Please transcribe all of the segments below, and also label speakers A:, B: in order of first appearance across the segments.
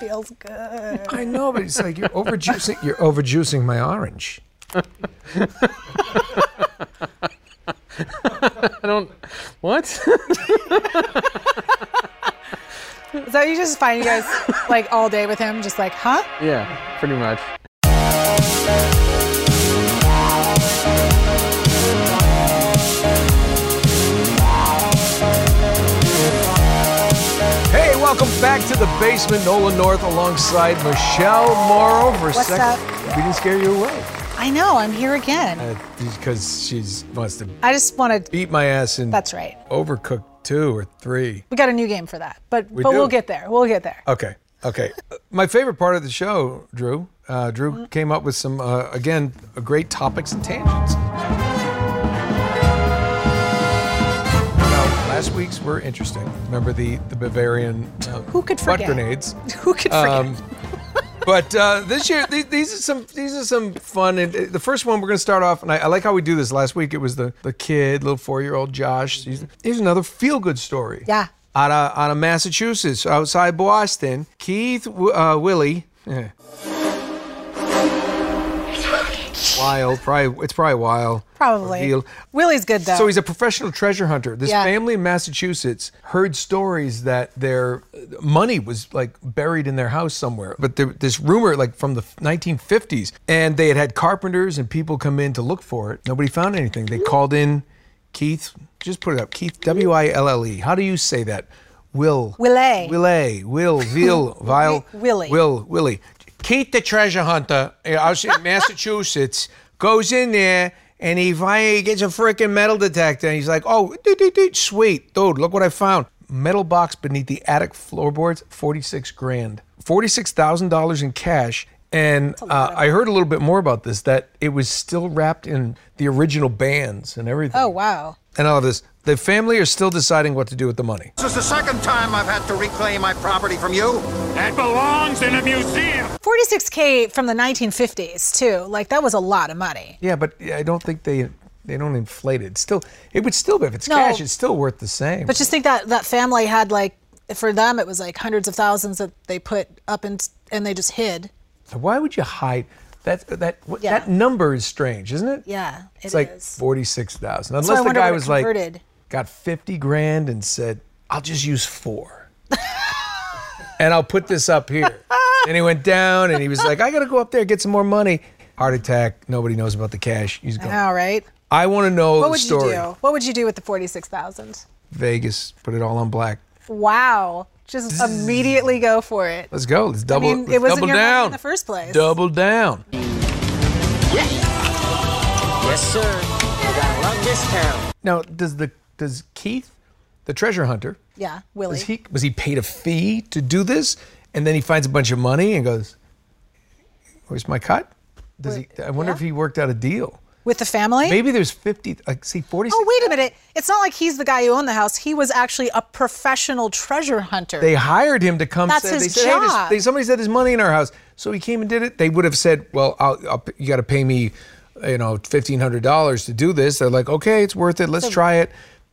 A: Feels good.
B: I know, but it's like you're overjuicing. You're overjuicing my orange.
C: I don't. What?
A: So you just find you guys like all day with him, just like, huh?
C: yeah, pretty much.
B: Hey, welcome back to the basement. Nolan North alongside Michelle Morrow for a
A: What's
B: second.
A: up?
B: We didn't scare you away
A: I know, I'm here again.
B: uh, because she wants to
A: I just wanted
B: beat my ass and
A: that's right.
B: overcook two or three.
A: We got a new game for that. But but
B: do.
A: we'll get there. We'll get there.
B: Okay. Okay. Uh, My favorite part of the show, Drew. Uh,
A: Mm-hmm.
B: Drew came up with some, uh, again, uh, great topics and tangents. Now, last week's were interesting. Remember the the Bavarian uh,
A: Who could
B: butt
A: forget?
B: grenades?
A: Who could forget?
B: um, but uh, this year, these, these are some these are some fun. And uh, the first one we're going to start off, and I, I like how we do this. Last week it was the the kid, little four year old Josh. He's- Here's another feel good story.
A: Mm-hmm. Yeah.
B: Out of out of Massachusetts, outside Boston, Keith W- uh, Willie. eh. Wild, probably it's probably wild.
A: Probably.
B: Real.
A: Willie's good though.
B: So he's a professional treasure hunter. This
A: Yeah.
B: family in Massachusetts heard stories that their money was like buried in their house somewhere. But there, this rumor, like from the 1950s, and they had had carpenters and people come in to look for it. Nobody found anything. They called in Keith. Just put it up, Keith W I L L E. How do you say that? Will.
A: Willet.
B: Willet. Will. Vil. Vile.
A: Willie.
B: Will. Oh, Willie. Keith the treasure hunter uh, out in Massachusetts goes in there and he finally gets a freaking metal detector and he's like, oh, doot, doot, doot, sweet, dude, look what I found. Metal box beneath the attic floorboards, 46 grand. $46,000 in cash. And uh, I heard a little bit more about this that it was still wrapped in the original bands and everything.
A: oh wow.
B: And all of this. The family are still deciding what to do with the money.
D: This is the second time I've had to reclaim my property from you.
E: That belongs in a museum.
A: 46k from the 1950s too. Like that was a lot of money.
B: Yeah, but I don't think they they don't inflate it. It's still, it would still be if it's
A: No.
B: cash, it's still worth the same.
A: But just think that that family had like for them it was like hundreds of thousands that they put up and and they just hid.
B: So why would you hide that? That what,
A: Yeah.
B: that number is strange, isn't it?
A: Yeah, it
B: it's like
A: is.
B: forty six thousand.
A: why I
B: Unless the
A: wonder
B: guy
A: what it
B: was like
A: converted.
B: got fifty grand and said, "I'll just use four, and I'll put this up here." and he went down, and he was like, "I got to go up there get some more money." Heart attack. Nobody knows about the cash. He's gone.
A: All right.
B: I want to know
A: What
B: the
A: would
B: story.
A: you do? What would you do with the 46,000?
B: Vegas, put it all on black.
A: Wow. Just immediately go for it.
B: Let's go. Let's double.
A: mean, it
B: let's
A: wasn't
B: double
A: your money in
B: down
A: the first place.
B: Double down.
F: Yes, sir. You gotta love this town.
B: Now, does the does Keith, the treasure hunter,
A: Yeah, Willie.
B: was he was he paid a fee to do this, and then he finds a bunch of money and goes, "Where's my cut?" Does he? I wonder if he worked out a deal.
A: with the family?
B: Maybe there's fifty. Like, see, forty.
A: Oh, wait a minute. It's not like he's the guy who owned the house. He was actually a professional treasure hunter.
B: They hired him to come.
A: That's
B: say, they
A: his
B: said, "Hey, there's-
A: job.
B: they- somebody said there's money in our house, so he came and did it. They would have said, "Well, I'll, I'll, you got to pay me, you know, fifteen hundred dollars to do this." They're like, "Okay, it's worth it. Let's try it."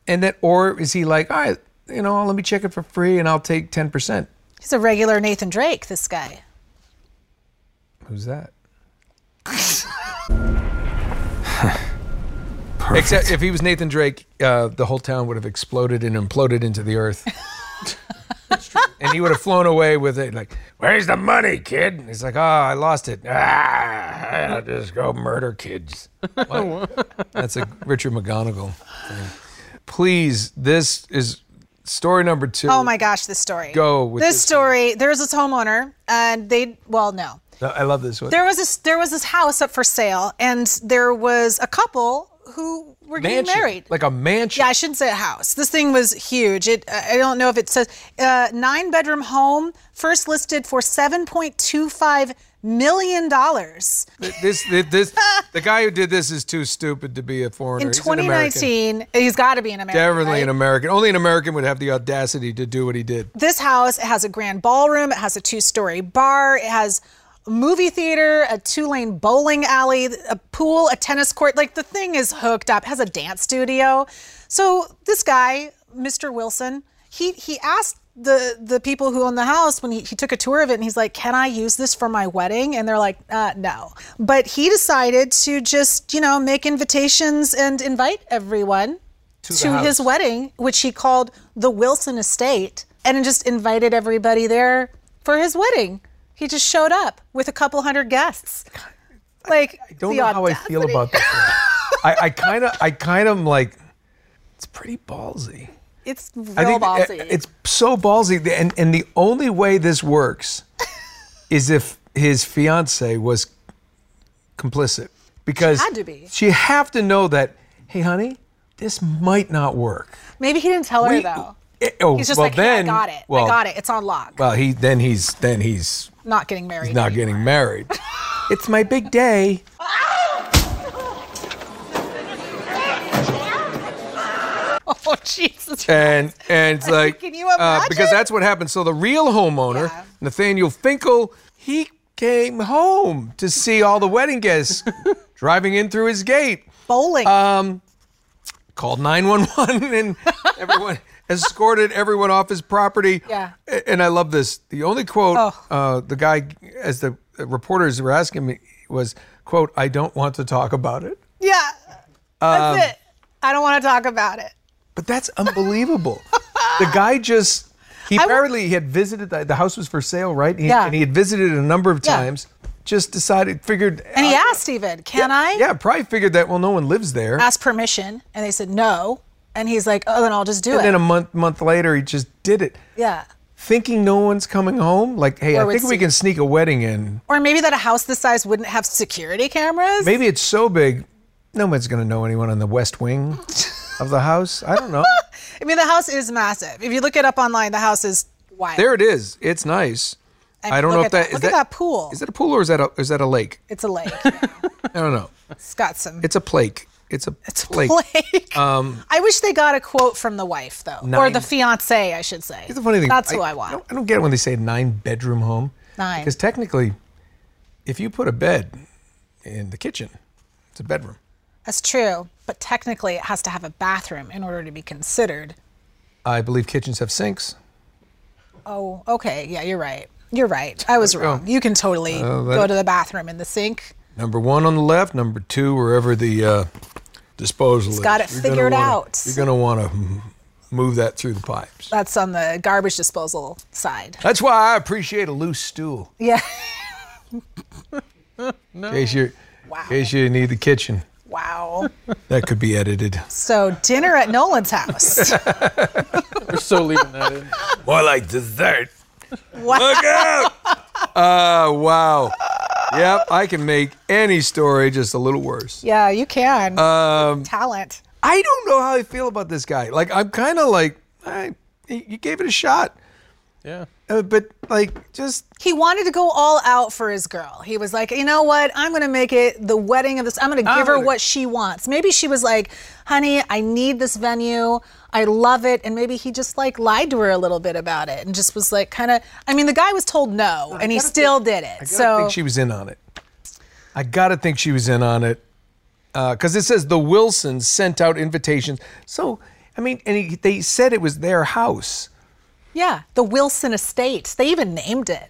B: And then, or is he like, "All right, you know, let me check it for free, and I'll take ten percent."
A: he's a regular Nathan Drake, this guy.
B: Who's that? Except if he was Nathan Drake, uh, the whole town would have exploded and imploded into the earth. and he would have flown away with it. Like, where's the money, kid? And he's like, oh, I lost it. Ah, I'll just go murder kids. What? That's a Richard McGonigal thing. Please, this is story number two.
A: Oh my gosh, this story.
B: Go with
A: this,
B: this
A: story. There's this homeowner, and they well, no,
B: I love this one.
A: there was this there was this house up for sale, and there was a couple who were getting
B: Mansion.
A: married.
B: Like a mansion.
A: yeah, I shouldn't say a house. This thing was huge. It uh, I don't know if it says uh, nine bedroom home first listed for seven point two five million dollars
B: This, this, this, the guy who did this is too stupid to be a foreigner.
A: in
B: He's an American.
A: 2019. He's got to be an American.
B: Definitely
A: right?
B: an American. Only an American would have the audacity to do what he did.
A: this house it has a grand ballroom it has a two-story bar it has a movie theater a two-lane bowling alley a pool a tennis court like the thing is hooked up it has a dance studio so this guy mr wilson he he asked the the people who own the house when he, he took a tour of it and he's like can i use this for my wedding and they're like uh, no but he decided to just you know make invitations and invite everyone to, his wedding, which he called the Wilson Estate, and it just invited everybody there for his wedding. He just showed up with a couple hundred guests. Like I
B: Don't know how I feel about this. one. I, I kind of, I kind of like. It's pretty ballsy.
A: It's real
B: I think
A: ballsy.
B: it- It's so ballsy, and and the only way this works is if his fiance was complicit, because
A: She had to be.
B: She have to know that. Hey, honey, this might not work.
A: Maybe he didn't tell her
B: We-
A: though.
B: it- oh,
A: He's just
B: well,
A: like, "Hey,
B: then-
A: I got it.
B: well-
A: I got it. It's on lock.
B: Well, he then he's then he's
A: not getting married.
B: not getting married. it's my big day.
A: Oh Jesus.
B: and and it's like
A: Can you
B: uh, because
A: imagine?
B: that's what happened. So the real homeowner,
A: Yeah.
B: Nathaniel Finkel, he came home to see all the wedding guests driving in through his gate.
A: Bowling.
B: Uh, Called nine one one and everyone escorted everyone off his property.
A: Yeah.
B: A- And I love this. The only quote
A: Oh.
B: uh, the guy, as the reporters were asking me, was quote I don't want to talk about it.
A: yeah.
B: um,
A: That's it. I don't want to talk about it.
B: But that's unbelievable. the guy just he
A: w-
B: apparently he had visited the, the house was for sale, right? He,
A: Yeah.
B: And he had visited it a number of
A: Yeah.
B: times. Just decided, figured.
A: And he asked even, "Can I?"
B: uh, Yeah, probably figured that. Well, no one lives there.
A: Asked permission, and they said no. And he's like, "Oh, then I'll just do it."
B: and then a month month later, he just did it,
A: yeah.
B: thinking no one's coming home. Like, hey,
A: Or
B: I
A: would
B: think we
A: see-
B: can sneak a wedding in.
A: Or maybe that a house this size wouldn't have security cameras.
B: Maybe it's so big, no one's gonna know anyone on the west wing of the house. I don't know.
A: I mean, the house is massive. If you look it up online, the house is wide.
B: there it is. It's nice. I,
A: mean,
B: don't know
A: look
B: if
A: at that-
B: is
A: look at that pool.
B: Is that a pool or is that a is that a lake?
A: It's a lake.
B: I don't know.
A: it's got some.
B: It's a plake. It's a it's plake.
A: lake. I wish they got a quote from the wife though, or
B: Nine-
A: the fiance, I should say.
B: Here's the funny thing.
A: That's who I
B: I
A: want.
B: don't, I don't get it when they say nine bedroom home.
A: Nine.
B: Because technically, if you put a bed in the kitchen, it's a bedroom.
A: That's true. But technically, it has to have a bathroom in order to be considered.
B: I believe kitchens have sinks.
A: Oh, okay. Yeah, you're right. You're right. I was wrong. You can totally
B: Oh. Uh, that-
A: go to the bathroom in the sink.
B: Number one on the left, number two wherever the uh, disposal is.
A: got it
B: You're gonna
A: figured
B: wanna-
A: out.
B: You're going to want to move that through the pipes.
A: That's on the garbage disposal side.
B: That's why I appreciate a loose stool.
A: Yeah.
B: In case you,
A: Wow.
B: in case you need the kitchen,
A: Wow.
B: that could be edited.
A: So dinner at Nolan's house.
C: We're so leaving that in.
B: More like dessert.
A: Wow.
B: Look out! Uh, wow. Yep, I can make any story just a little worse.
A: Yeah, you can.
B: Um,
A: Talent.
B: I don't know how I feel about this guy. Like, I'm kind of like, I, you gave it a shot,
C: Yeah.
B: uh, but like, just
A: He wanted to go all out for his girl. He was like, you know what? I'm going to make it the wedding of this. I'm going to give her
B: gonna-
A: what she wants. Maybe she was like, honey, I need this venue. I love it. And maybe he just like lied to her a little bit about it and just was like, kind of, I mean, the guy was told no and he still did it.
B: I
A: So
B: think she was in on it. I gotta think she was in on it, because it says the Wilsons sent out invitations. So, I mean, and he, they said it was their house.
A: yeah, the Wilson estate. They even named it.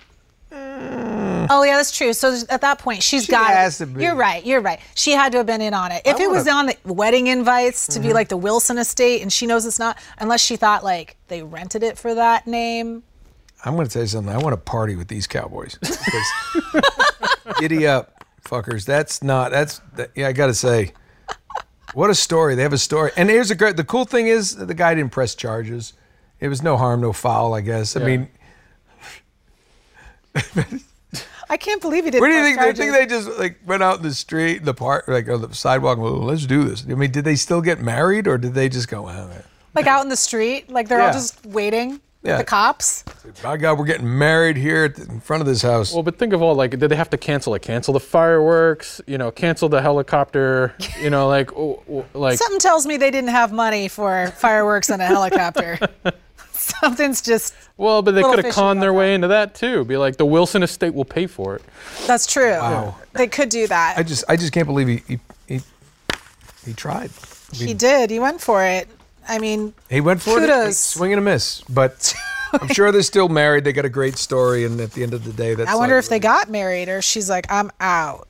A: Oh yeah, that's true. So at that point, she's got.
B: has to be.
A: You're right. You're right. She had to have been in on it. If it was on the wedding invites to be like the Wilson estate, and she knows it's not, unless she thought like they rented it for that name.
B: I'm going to tell you something. I want to party with these cowboys. 'Cause- Giddy up, fuckers. That's not. That's that, yeah. I got to say, what a story. They have a story. And here's a great. The cool thing is the guy didn't press charges. It was no harm, no foul. I guess. I
C: Yeah.
B: mean,
A: I can't believe he didn't.
B: what do you
A: press
B: think? They think
A: charges.
B: they just like went out in the street, in the park, like on the sidewalk. and, Well, let's do this. I mean, did they still get married, or did they just go? Oh, man.
A: like out in the street, like they're
B: Yeah.
A: all just waiting.
B: Yeah.
A: The cops.
B: By God, we're getting married here at the, in front of this house.
C: Well, but think of all like, did they have to cancel it? Cancel the fireworks? You know, cancel the helicopter? You know, like, oh, oh, like
A: Something tells me they didn't have money for fireworks and a helicopter. Something's just
C: well, but they
A: little
C: could have
A: fishy
C: conned their
A: about
C: way into that too. Be like, the Wilson estate will pay for it.
A: that's true.
B: Wow.
A: They could do that.
B: I just, I just can't believe he, he, he, he tried.
A: he did. He went for it. I mean,
B: He went for it.
A: Kudos.
B: Swing and a miss. But I'm sure they're still married. They got a great story. And at the end of the day, that's.
A: I wonder
B: like-
A: if they got married or she's like, I'm out.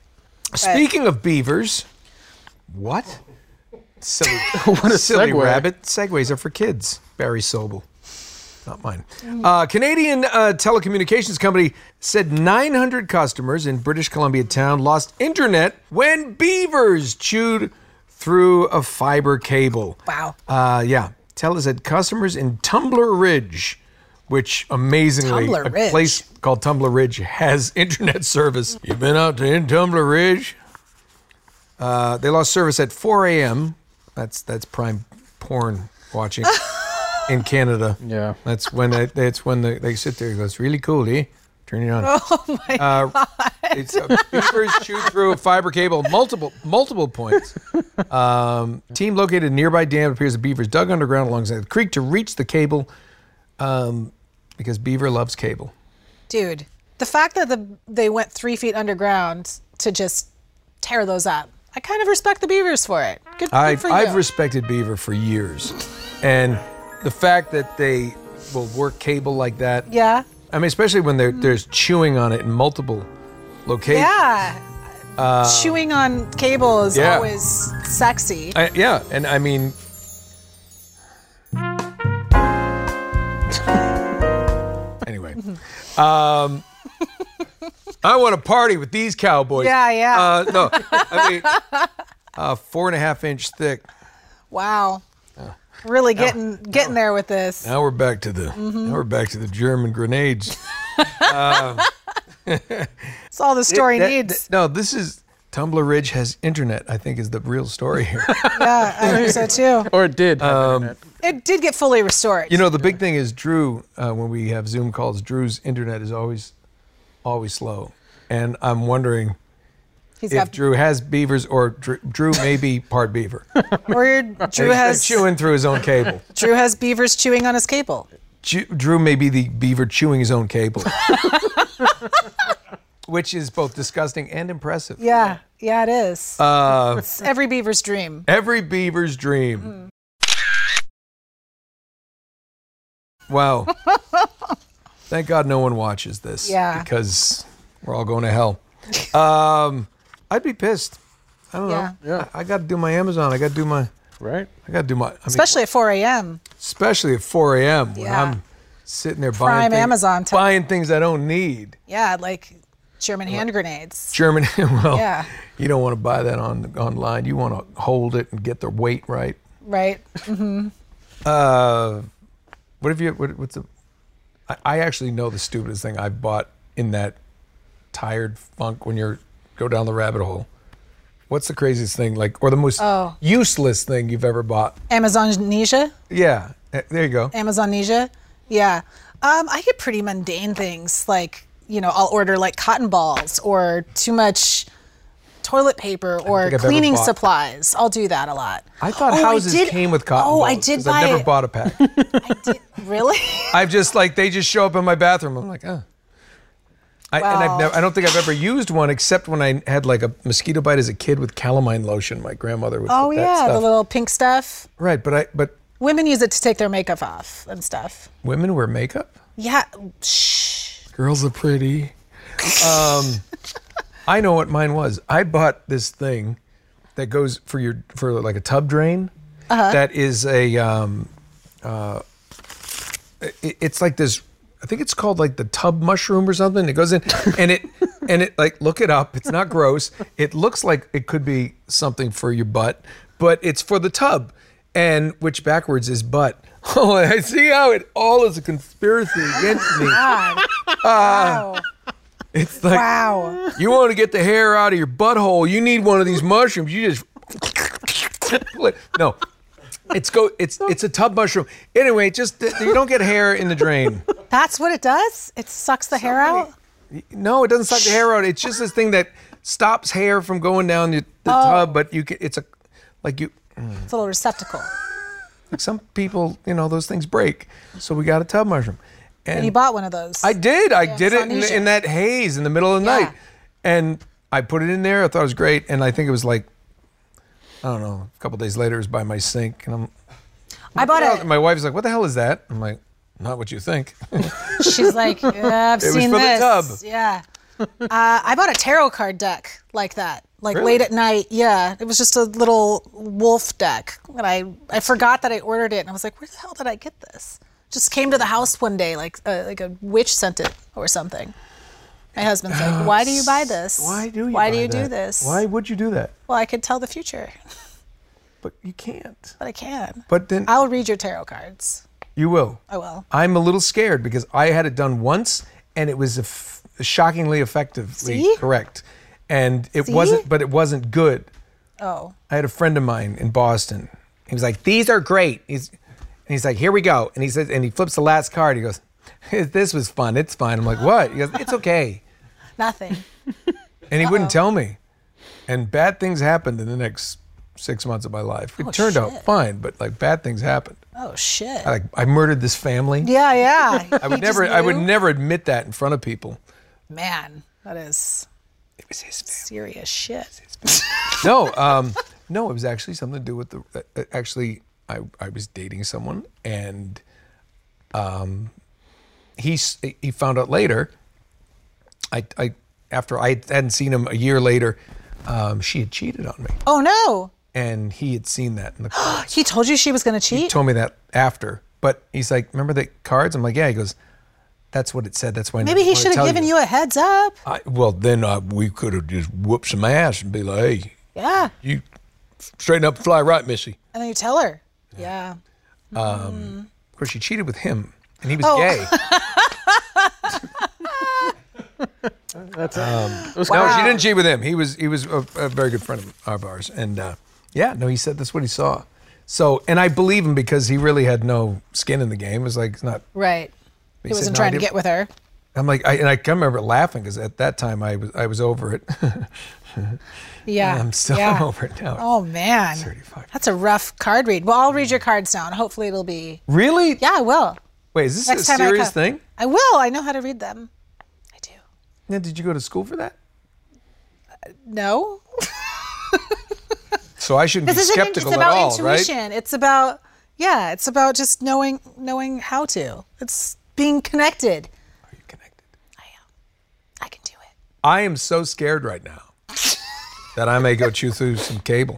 B: Speaking of beavers, what? Silly, what a silly
C: segue.
B: rabbit. Segways are for kids. Barry Sobel. Not mine. Uh, Canadian uh, telecommunications company said 900 customers in British Columbia town lost internet when beavers chewed through a fiber cable.
A: Wow.
B: Uh, yeah. Telus had customers in Tumbler Ridge, which amazingly,
A: Tumbler
B: a
A: Ridge.
B: place called Tumbler Ridge has internet service. You've been out to in Tumbler Ridge? Uh, they lost service at 4 a.m. That's that's prime porn watching in Canada.
C: Yeah.
B: That's when they, that's when they, they sit there and go, it's really cool, eh? Turn it on.
A: Oh my
B: It's uh, beavers chew through a fiber cable multiple multiple points. Um, team located nearby dam appears the beavers dug underground alongside the creek to reach the cable, um, because beaver loves cable.
A: dude. The fact that the they went three feet underground to just tear those up. I kind of respect the beavers for it. Good, good
B: I've
A: for you.
B: I've respected beaver for years, and the fact that they will work cable like that.
A: yeah. Hmm.
B: I mean, especially when they're there's chewing on it in multiple locations.
A: Yeah. Chewing on cable is
B: Uh, yeah.
A: always sexy.
B: I, yeah, and I mean. anyway, um, I want to party with these cowboys.
A: Yeah, yeah.
B: Uh, no, I mean, uh, four and a half inch thick.
A: wow. Really getting getting there with this.
B: Now we're back to the
A: Mm-hmm.
B: now we're back to the German grenades.
A: It's all the story
B: That-
A: needs.
B: th- no, this is Tumbler Ridge has internet. I think is the real story here.
A: yeah, I think so too.
C: Or it did. have internet.
A: It did get fully restored.
B: You know, the big thing is Drew. Uh, when we have Zoom calls, Drew's internet is always, always slow, and I'm wondering
A: he's
B: if
A: got
B: Drew has beavers or Drew, Drew may be part beaver.
A: or Drew
B: He's been
A: has
B: chewing through his own cable.
A: Drew has beavers chewing on his cable.
B: Chew, Drew may be the beaver chewing his own cable, which is both disgusting and impressive.
A: Yeah, yeah, it is. it's every beaver's dream.
B: Uh, Every beaver's dream. Wow. Thank God no one watches this.
A: Yeah.
B: Because we're all going to hell. Um, I'd be pissed. I don't
A: Yeah.
B: know. I, got to do my Amazon. I got to do my.
C: Right?
B: I got to do my. I mean,
A: Especially at 4 a.m.
B: especially at 4 a.m. when
A: Yeah.
B: I'm sitting there buying
A: Prime
B: things,
A: Amazon time.
B: buying things I don't need.
A: Yeah, like German hand grenades.
B: German. Well,
A: Yeah.
B: you don't want to buy that on online. You want to hold it and get the weight right.
A: Right?
B: Uh, what have you? What, what's the? I, I actually know the stupidest thing I've bought in that tired funk when you're go down the rabbit hole. What's the craziest thing like, or the most
A: Oh.
B: useless thing you've ever bought?
A: Amazonesia?
B: Yeah, eh, there you go.
A: Amazonesia? Yeah. Um, I get pretty mundane things like, you know, I'll order like cotton balls or too much toilet paper or
B: think I've ever
A: cleaning
B: bought-
A: supplies. I'll do that a lot.
B: I thought
A: Oh, I
B: houses
A: did-
B: came with cotton.
A: oh, I
B: balls,
A: did
B: 'cause
A: buy
B: I've never
A: it.
B: bought a pack.
A: Really?
B: I've just like they just show up in my bathroom. I'm like, oh. I, And
A: Wow.
B: I've never, I don't think I've ever used one except when I had like a mosquito bite as a kid with calamine lotion. My grandmother would.
A: oh
B: put that
A: yeah, the
B: stuff.
A: little pink stuff.
B: right. But I but
A: Women use it to take their makeup off and stuff.
B: women wear makeup.
A: Yeah. Shh.
B: Girls are pretty. Um, I know what mine was. I bought this thing that goes for your for like a tub drain. That is a um, uh, it, it's like this I think it's called like the tub mushroom or something. It goes in and it and it like look it up. It's not gross. It looks like it could be something for your butt, but it's for the tub. And which backwards is butt. Oh, I see how it all is a conspiracy against me. Ah.
A: Wow.
B: It's like
A: Wow.
B: you want to get the hair out of your butthole, you need one of these mushrooms. You just no. It's go. It's it's a tub mushroom. Anyway, just th- you don't get hair in the drain.
A: That's what it does? It sucks the hair out?
B: No, it doesn't suck the hair out. It's just this thing that stops hair from going down the, the tub. But you can. It's a like you.
A: It's a little receptacle.
B: Like some people, you know, those things break. So we got a tub mushroom.
A: And you bought one of those.
B: I did. I did
A: it's
B: it
A: on
B: in,
A: YouTube.
B: in that haze in the middle of the
A: Yeah.
B: night, and I put it in there. I thought it was great, and I think it was like, I don't know, a couple days later, it was by my sink, and I'm.
A: I bought
B: And
A: it.
B: my wife's like, "What the hell is that?" I'm like, "Not what you think."
A: She's like, yeah, I've
B: was
A: seen
B: for the
A: this.
B: tub.
A: Yeah. Uh, I bought a tarot card deck like that, like
B: Really?
A: late at night. Yeah, it was just a little wolf deck, and I I forgot that I ordered it, and I was like, where the hell did I get this? Just came to the house one day, like uh, like a witch sent it or something. My husband's like, why do you buy this? Why do
B: buy
A: you do
B: that?
A: this?
B: Why would you do that?
A: Well, I could tell the future,
B: But you can't.
A: but I can.
B: But then
A: I'll read your tarot cards.
B: you will.
A: I will.
B: I'm a little scared because I had it done once, and it was eff- shockingly effectively
A: See?
B: correct, and it
A: See?
B: wasn't. But it wasn't good.
A: Oh,
B: I had a friend of mine in Boston. He was like, "These are great." He's, and he's like, "Here we go." And he says, and he flips the last card. He goes, "This was fun. It's fine." I'm like, "What?" He goes, "It's okay."
A: nothing.
B: And he wouldn't tell me. And bad things happened in the next six months of my life. It turned out fine, but like bad things happened.
A: oh shit.
B: I, like I murdered this family.
A: yeah, yeah.
B: I would never. I would never admit that in front of people.
A: Man, that is
B: It was his family.
A: serious shit.
B: no, um, no, it was actually something to do with the. uh, Uh, actually, I I was dating someone, and um, he s- he found out later. I I after I hadn't seen him a year later, um, she had cheated on me,
A: Oh no.
B: and he had seen that in the cards.
A: He told you she was going to
B: he
A: cheat?
B: told me that after, but he's like, "Remember the cards?" I'm like, "Yeah." He goes, "That's what it said. That's why." I
A: Maybe
B: didn't
A: he
B: wanna
A: should have
B: tell
A: given you. a heads up.
B: I, well, then uh, we could have just whooped some ass and be like, "Hey,
A: Yeah.
B: you straighten up, and fly right, Missy."
A: And then you tell her. Yeah.
B: Of course, she cheated with him, and he was
A: Oh.
B: gay. Um,
C: was
B: No, she didn't cheat with him. He was he was a, a very good friend of, of ours, and uh, yeah, no, he said that's what he saw. So, and I believe him because he really had no skin in the game. It was like it's not.
A: Right. He,
B: said,
A: wasn't
B: "No, I
A: trying to
B: didn't-
A: get with her.
B: I'm like, I, and I can remember laughing because at that time I was I was over it.
A: Yeah.
B: I'm still
A: yeah.
B: over it now.
A: Oh man.
B: 35.
A: That's a rough card read. Well, I'll read your cards now and hopefully it'll be
B: Really?
A: Yeah, I will.
B: Wait, is this
A: Next
B: a
A: time I
B: serious
A: come.
B: thing?
A: I will. I know how to read them. I do.
B: Yeah, did you go to school for that?
A: No.
B: So I shouldn't
A: This
B: be
A: isn't it's
B: skeptical
A: about
B: at all, right?
A: intuition. It's about yeah, it's about just knowing knowing how to. It's being connected.
B: Are you connected?
A: I can do it.
B: I am so scared right now that I may go chew through some cable.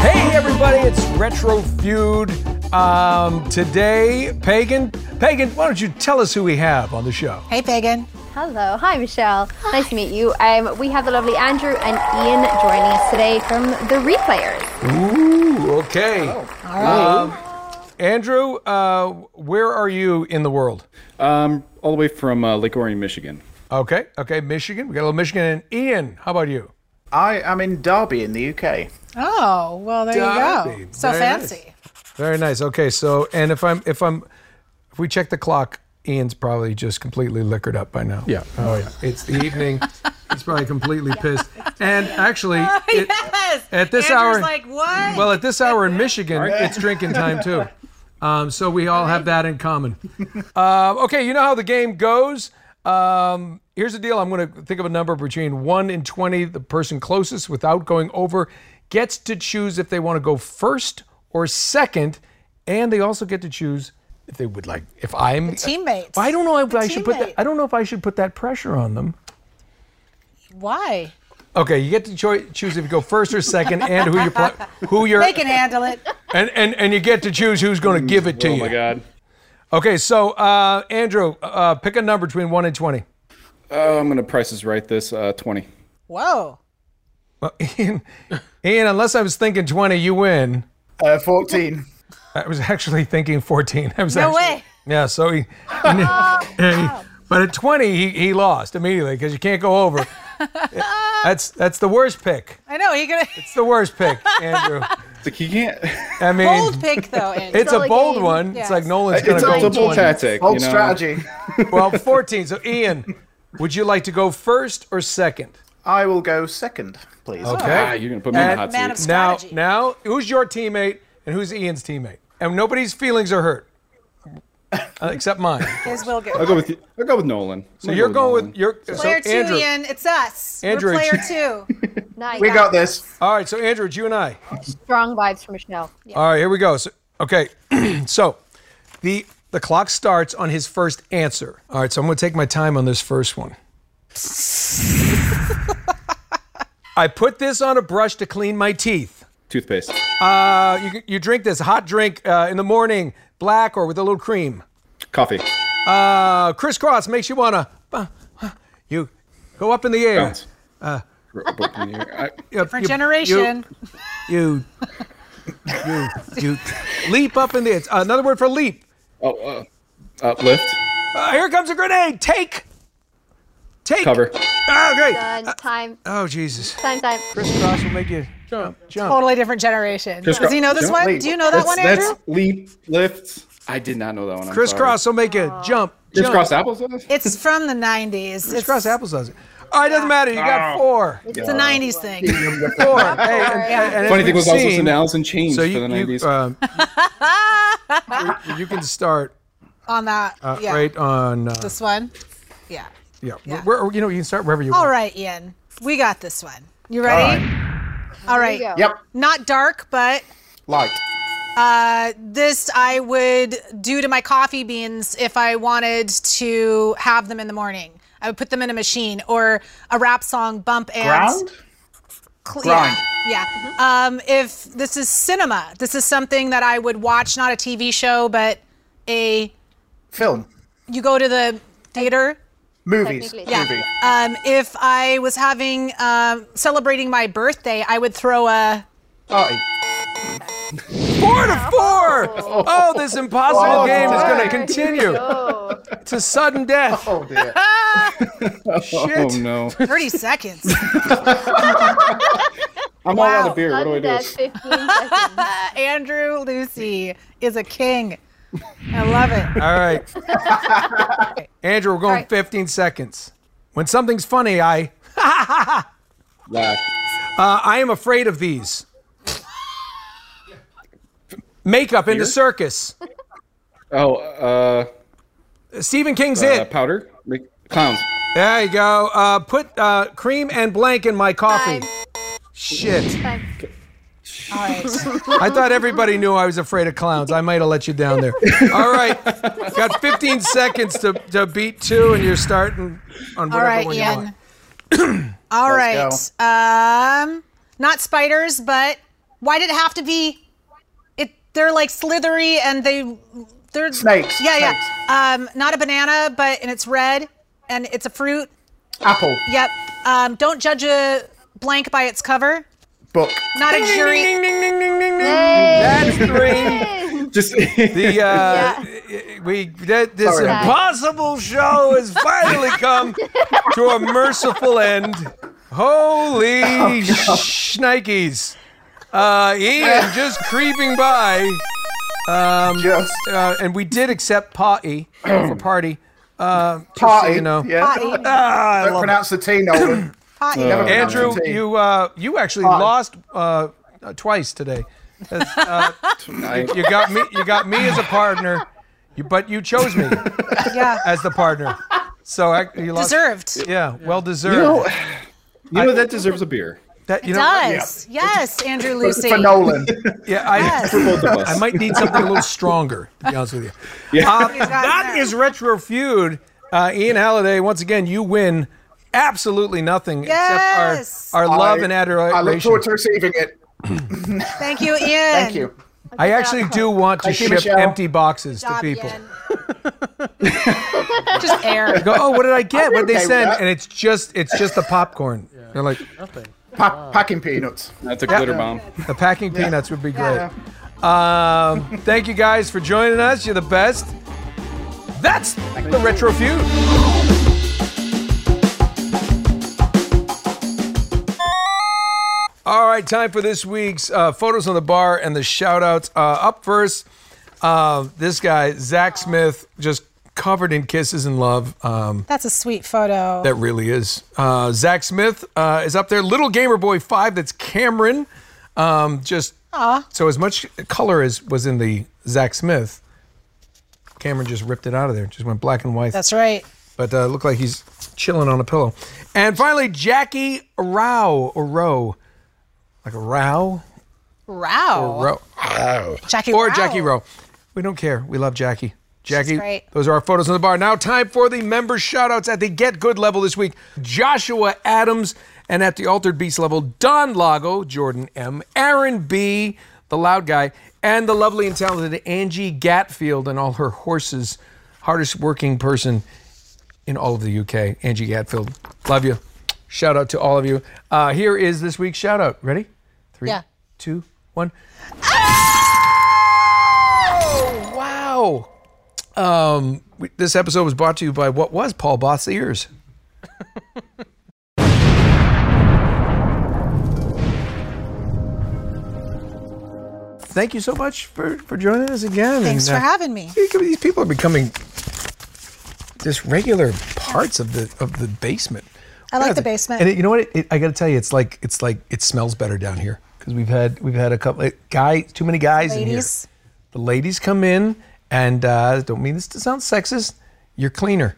B: Hey everybody, it's Retro Feud. Um, today, Pagan, Pagan, why don't you tell us who we have on the show?
A: Hey Pagan.
G: Hello, hi Michelle. Nice to meet you. Um, we have the lovely Andrew and Ian joining us today from the Replayers.
B: Ooh, okay.
A: Oh.
B: Um, Andrew, uh, where are you in the world?
H: Um, all the way from uh, Lake Orion, Michigan.
B: Okay, okay, Michigan. We got a little Michigan. And Ian, how about you?
I: I am in Derby in the UK.
A: Oh, well there you
B: Darby.
A: go. So
B: Very nice.
A: fancy.
B: Very nice. Okay, so and if I'm if I'm if we check the clock, Ian's probably just completely liquored up by now.
C: Yeah.
B: Oh yeah. It's the evening. He's probably completely pissed. And actually, it-
A: Oh, yes.
B: at this
A: Andrew's
B: hour,
A: like, "What?"
B: Well, at this hour in Michigan, it's drinking time too. Um, so we all have that in common. Um, okay, you know how the game goes. Um, here's the deal. I'm going to think of a number between one and twenty. The person closest, without going over, gets to choose if they want to go first or second, and they also get to choose if they would like if I'm
A: teammates.
B: I don't know if
A: The
B: I should put that
A: teammate.
B: I don't know if I should put that pressure on them.
A: Why?
B: Okay, you get to choi- choose if you go first or second and who you're pl- who you're
A: They can handle it.
B: and, and and you get to choose who's going to give it to
H: oh
B: you.
H: my god.
B: Okay, so uh, Andrew, uh, pick a number between 1 and 20.
H: Oh, I'm gonna price is right this uh, twenty.
A: Whoa.
B: Well, Ian, Ian, unless I was thinking 20, you win.
I: Uh, 14.
B: I was actually thinking 14. I was
A: No
B: actually-
A: way.
B: Yeah, so he, and he- and he- but at 20 he, he lost immediately because you can't go over. that's that's the worst pick.
A: I know. He gonna
B: It's the worst pick, Andrew.
H: It's like you can't.
B: I mean,
A: bold pick though. Andrew.
B: it's a
G: Solid
B: bold
G: game.
B: one.
A: Yes.
B: It's like Nolan's going
H: It's
B: to
H: a
B: go.
H: double tactic.
I: Old
H: you know?
I: Oh, strategy.
B: Well, 14. So Ian, would you like to go first or second?
I: I will go second, please.
H: Ah, you're gonna put me in the
B: And-
H: hot
A: Man of
H: seat.
B: Now,
A: strategy.
B: now, who's your teammate and who's Ian's teammate? And nobody's feelings are hurt, Uh, except mine.
A: His will get.
H: I'll go with you. I'll go with Nolan.
B: So you're going with
H: your.
B: your so
A: Player two,
B: Andrew.
A: Ian. It's us.
B: Andrew,
A: We're player
B: it's-
A: two.
G: Now you
I: We got this.
B: All right, so Andrew, it's you and I.
G: Strong vibes from Michelle. Yeah.
B: All right, here we go. So, okay, so the the clock starts on his first answer. All right, so I'm going to take my time on this first one. I put this on a brush to clean my teeth.
H: Toothpaste.
B: Uh, you, you drink this hot drink uh, in the morning, black or with a little cream.
H: Coffee.
B: Uh, crisscross makes you wanna uh, uh, you go up in the air.
H: Bounce.
B: Uh.
H: Ro- broke in the air. I-
B: You-
A: Different
B: you-
A: generation.
B: You you, you, you leap up in the air. It's Another word for leap.
H: oh, uh, uplift.
B: Uh, here comes a grenade. Take. Take.
H: Cover.
B: Oh, great.
G: Done. Time.
B: Oh, Jesus.
G: Time. Time.
B: Crisscross will make you jump. jump.
A: Totally different generation.
H: Crisscross.
A: Does he know this
H: Don't
A: one?
H: leave.
A: Do you know that
H: That's-
A: one,
H: that's
A: Andrew?
H: leap, lift. I did not know that one. I'm
B: Crisscross
H: sorry.
B: will make you jump.
H: Crisscross
B: jump.
H: applesauce.
A: It's from the 90s. It's,
B: Crisscross applesauce. All right, doesn't matter. You got four.
G: It's
A: it's a 90s thing.
B: Four. Hey, and, and, and as
H: Funny
B: we've
H: thing was also
B: seen-
H: some Alice in Chains
B: So
H: for
B: you,
H: the
B: you,
H: nineties.
B: um, you- you can start
A: On that.
B: uh,
A: yeah.
B: right on. Uh,
A: This one. Yeah.
B: yeah.
A: yeah.
B: Where, where- you know, you can start wherever you
A: All
B: want.
A: right, Ian. We got this one. You ready? All right.
G: Here we go.
I: Yep.
A: Not dark, but
I: Light.
A: uh, this I would do to my coffee beans if I wanted to have them in the morning. I would put them in a machine or a rap song bump and
I: Ground?
A: Cl-
I: Grind.
A: Yeah. yeah.
G: Mm-hmm.
A: Um, if this is cinema, this is something that I would watch, not a TV show, but a
I: Film.
A: you go to the theater.
I: Movies.
G: Technically.
A: Yeah.
I: Movie.
A: Um, if I was having um, celebrating my birthday, I would throw a
I: Party.
B: Four to four. Oh, this impossible
I: Oh,
B: game is going to
I: dang.
B: continue.
G: Oh.
B: It's a sudden death.
I: Oh dear.
B: Shit.
H: Oh no!
A: 30 seconds.
H: I'm all out
A: Wow.
H: of beer. What do I
G: Under
H: do?
G: that 15 seconds.
A: Andrew Lucy is a king. I love it.
B: All right. Andrew, we're going
G: right.
B: 15 seconds. When something's funny, I
H: Laugh.
B: uh, I am afraid of these. Makeup in the
H: Fear?
B: circus.
H: Oh, uh,
B: Stephen King's
H: uh,
B: it.
H: powder. Like, clowns.
B: There you go. Uh, put uh, cream and blank in my coffee.
G: Time.
B: Shit.
G: Time.
A: All right.
B: I thought everybody knew I was afraid of clowns. I might have let you down there. All right. Got 15 seconds to, to beat two, and you're starting on
A: All
B: whatever
A: right,
B: one you want.
A: Ian. All right.
I: Let's
A: Um, not spiders, but why did it have to be? It they're like slithery and they they're
I: Snakes,
A: Yeah,
I: snakes.
A: yeah. Um, not a banana, but and it's red and it's a fruit.
I: Apple.
A: Yep. Um, don't judge a blank by its cover.
I: Book.
A: Not a jury.
B: That's three.
H: Just
B: The uh,
G: Yeah.
B: we that, this
I: Sorry.
B: impossible show has finally come to a merciful end. Holy shnikes! Uh, Ian just creeping by,
I: Just
B: uh, and we did accept potty for party.
I: party.
B: you know.
I: Yeah.
B: Ah, I
I: Don't
B: love it.
I: pronounce the T, Nolan.
A: Potty.
I: Never pronounce
B: Andrew,
I: the T.
B: you uh, you actually lost uh, twice today. That's, uh, you got me. You got me as a partner, you, but you chose me.
A: Yeah.
B: as the partner. So I, you lost.
A: Deserved.
B: Yeah, well deserved.
H: you know, you know that deserves a beer.
B: That you
A: it
B: know what?
A: does. Yes, Andrew Lucy.
I: For Nolan.
B: Yeah, I,
A: Yes.
H: For both of us.
B: I might need something a little stronger. To be honest with you.
H: Yeah.
B: Um, that is retro feud. Uh, Ian Halliday, once again, you win absolutely nothing
A: Yes.
B: except our, our love
I: I-
B: and
I: I look
B: adoration.
I: forward to receiving it.
A: Thank you, Ian.
I: Thank you.
B: I actually do want to
I: Thank you,
B: ship
I: Michelle.
B: empty boxes to
A: Job,
B: people.
A: Ian. Just air.
B: Go, oh, what did I get? What
I: okay
B: they
I: with
B: send?
I: that.
B: And it's just it's just the popcorn. They're like
I: Pa- Packing peanuts.
H: That's a glitter bomb.
B: the packing peanuts would be great. Um, thank you guys for joining us. You're the best. That's the retro feud. All right, time for this week's uh, photos on the bar and the shout outs. Uh, up first, uh, this guy, Zach Smith, just covered in kisses and love. Um,
A: That's a sweet photo.
B: that really is. Uh, Zach Smith uh, is up there. Little Gamer Boy 5, that's Cameron. Um, just so as much color as was in the Zach Smith, Cameron just ripped it out of there, just went black and white.
A: That's right.
B: but uh, looked like he's chilling on a pillow. And finally, Jackie Rao or Rowe. Like a row
A: Row.
B: or Rowe.
A: Jackie
B: Or
A: Rao.
B: Jackie Rowe. We don't care. We love Jackie. Jackie,
A: great.
B: those are our photos on the bar. Now, time for the member shout outs at the Get Good level this week. Joshua Adams, and at the Altered Beast level, Don Lago, Jordan M., Aaron B., the loud guy, and the lovely and talented Angie Gatfield and all her horses. Hardest working person in all of the UK, Angie Gatfield. Love you. Shout out to all of you. Uh, here is this week's shout out. Ready? Three,
A: Yeah.
B: two, one. Oh, wow. Um, we, this episode was brought to you by what was Paul Both's ears. Thank you so much for, for joining us again.
A: Thanks
B: And,
A: for
B: uh,
A: having me.
B: these people are becoming just regular parts of the of the basement.
A: I like the basement.
B: And it- you know what? It, I got to tell you, it's like it's like it smells better down here because we've had we've had a couple eh, guy too many guys in here.
A: Ladies.
B: The ladies come in, and uh, don't mean this to sound sexist. You're cleaner.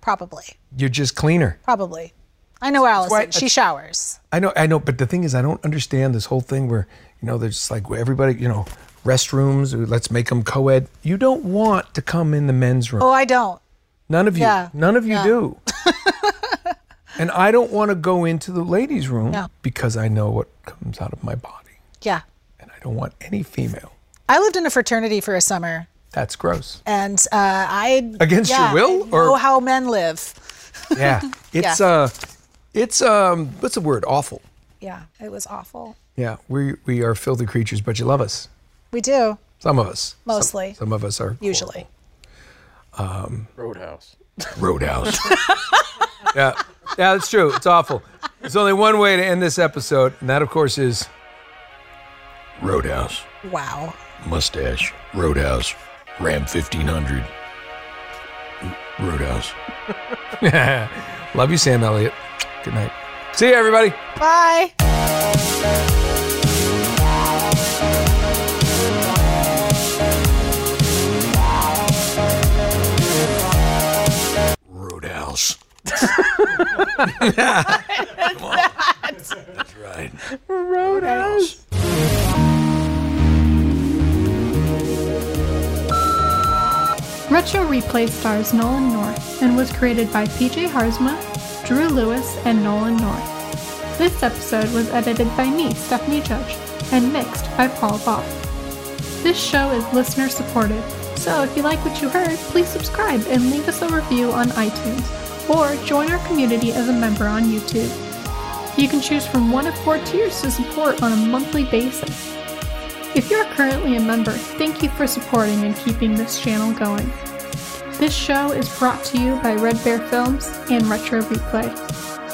A: Probably.
B: You're just cleaner.
A: Probably. I know Allison.
B: why-
A: she showers.
B: I know, I know, but the thing is, I don't understand this whole thing where you know there's like where everybody, you know, restrooms. or Let's make them co-ed. You don't want to come in the men's room.
A: Oh, I don't.
B: None of you.
A: Yeah.
B: None of you
A: Yeah.
B: do. and I don't want to go into the ladies' room
A: No.
B: because I know what comes out of my body.
A: Yeah.
B: And I don't want any female.
A: I lived in a fraternity for a summer,
B: That's gross.
A: and uh, I
B: Against your
A: yeah,
B: will,
A: I
B: or-
A: know how men live.
B: Yeah. It's
A: Yeah.
B: uh it's um what's the word? Awful.
A: Yeah, it was awful.
B: Yeah. We we are filthy creatures, but you love us.
A: We do
B: Some of us. Some-
A: Mostly.
B: Some, of us are
A: usually.
C: Roadhouse.
B: Roadhouse. yeah. Yeah, that's true. It's awful. There's only one way to end this episode, and that of course is Roadhouse.
A: Wow.
J: Mustache, Roadhouse, Ram 1500, Roadhouse.
B: Love you, Sam Elliott. Good night. See you, everybody.
A: Bye.
J: Roadhouse. That's right. Roadhouse.
K: Retro Replay stars Nolan North and was created by PJ Harzma, Drew Lewis, and Nolan North. This episode was edited by me, Stephanie Judge, and mixed by Paul Bob. This show is listener supported, so if you like what you heard, please subscribe and leave us a review on iTunes or join our community as a member on YouTube. You can choose from one of four tiers to support on a monthly basis. If you're currently a member, thank you for supporting and keeping this channel going. This show is brought to you by Red Bear Films and Retro Replay.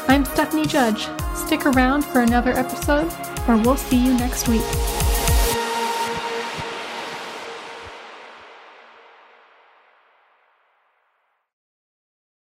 K: I'm Stephanie Judge. Stick around for another episode, or we'll see you next week.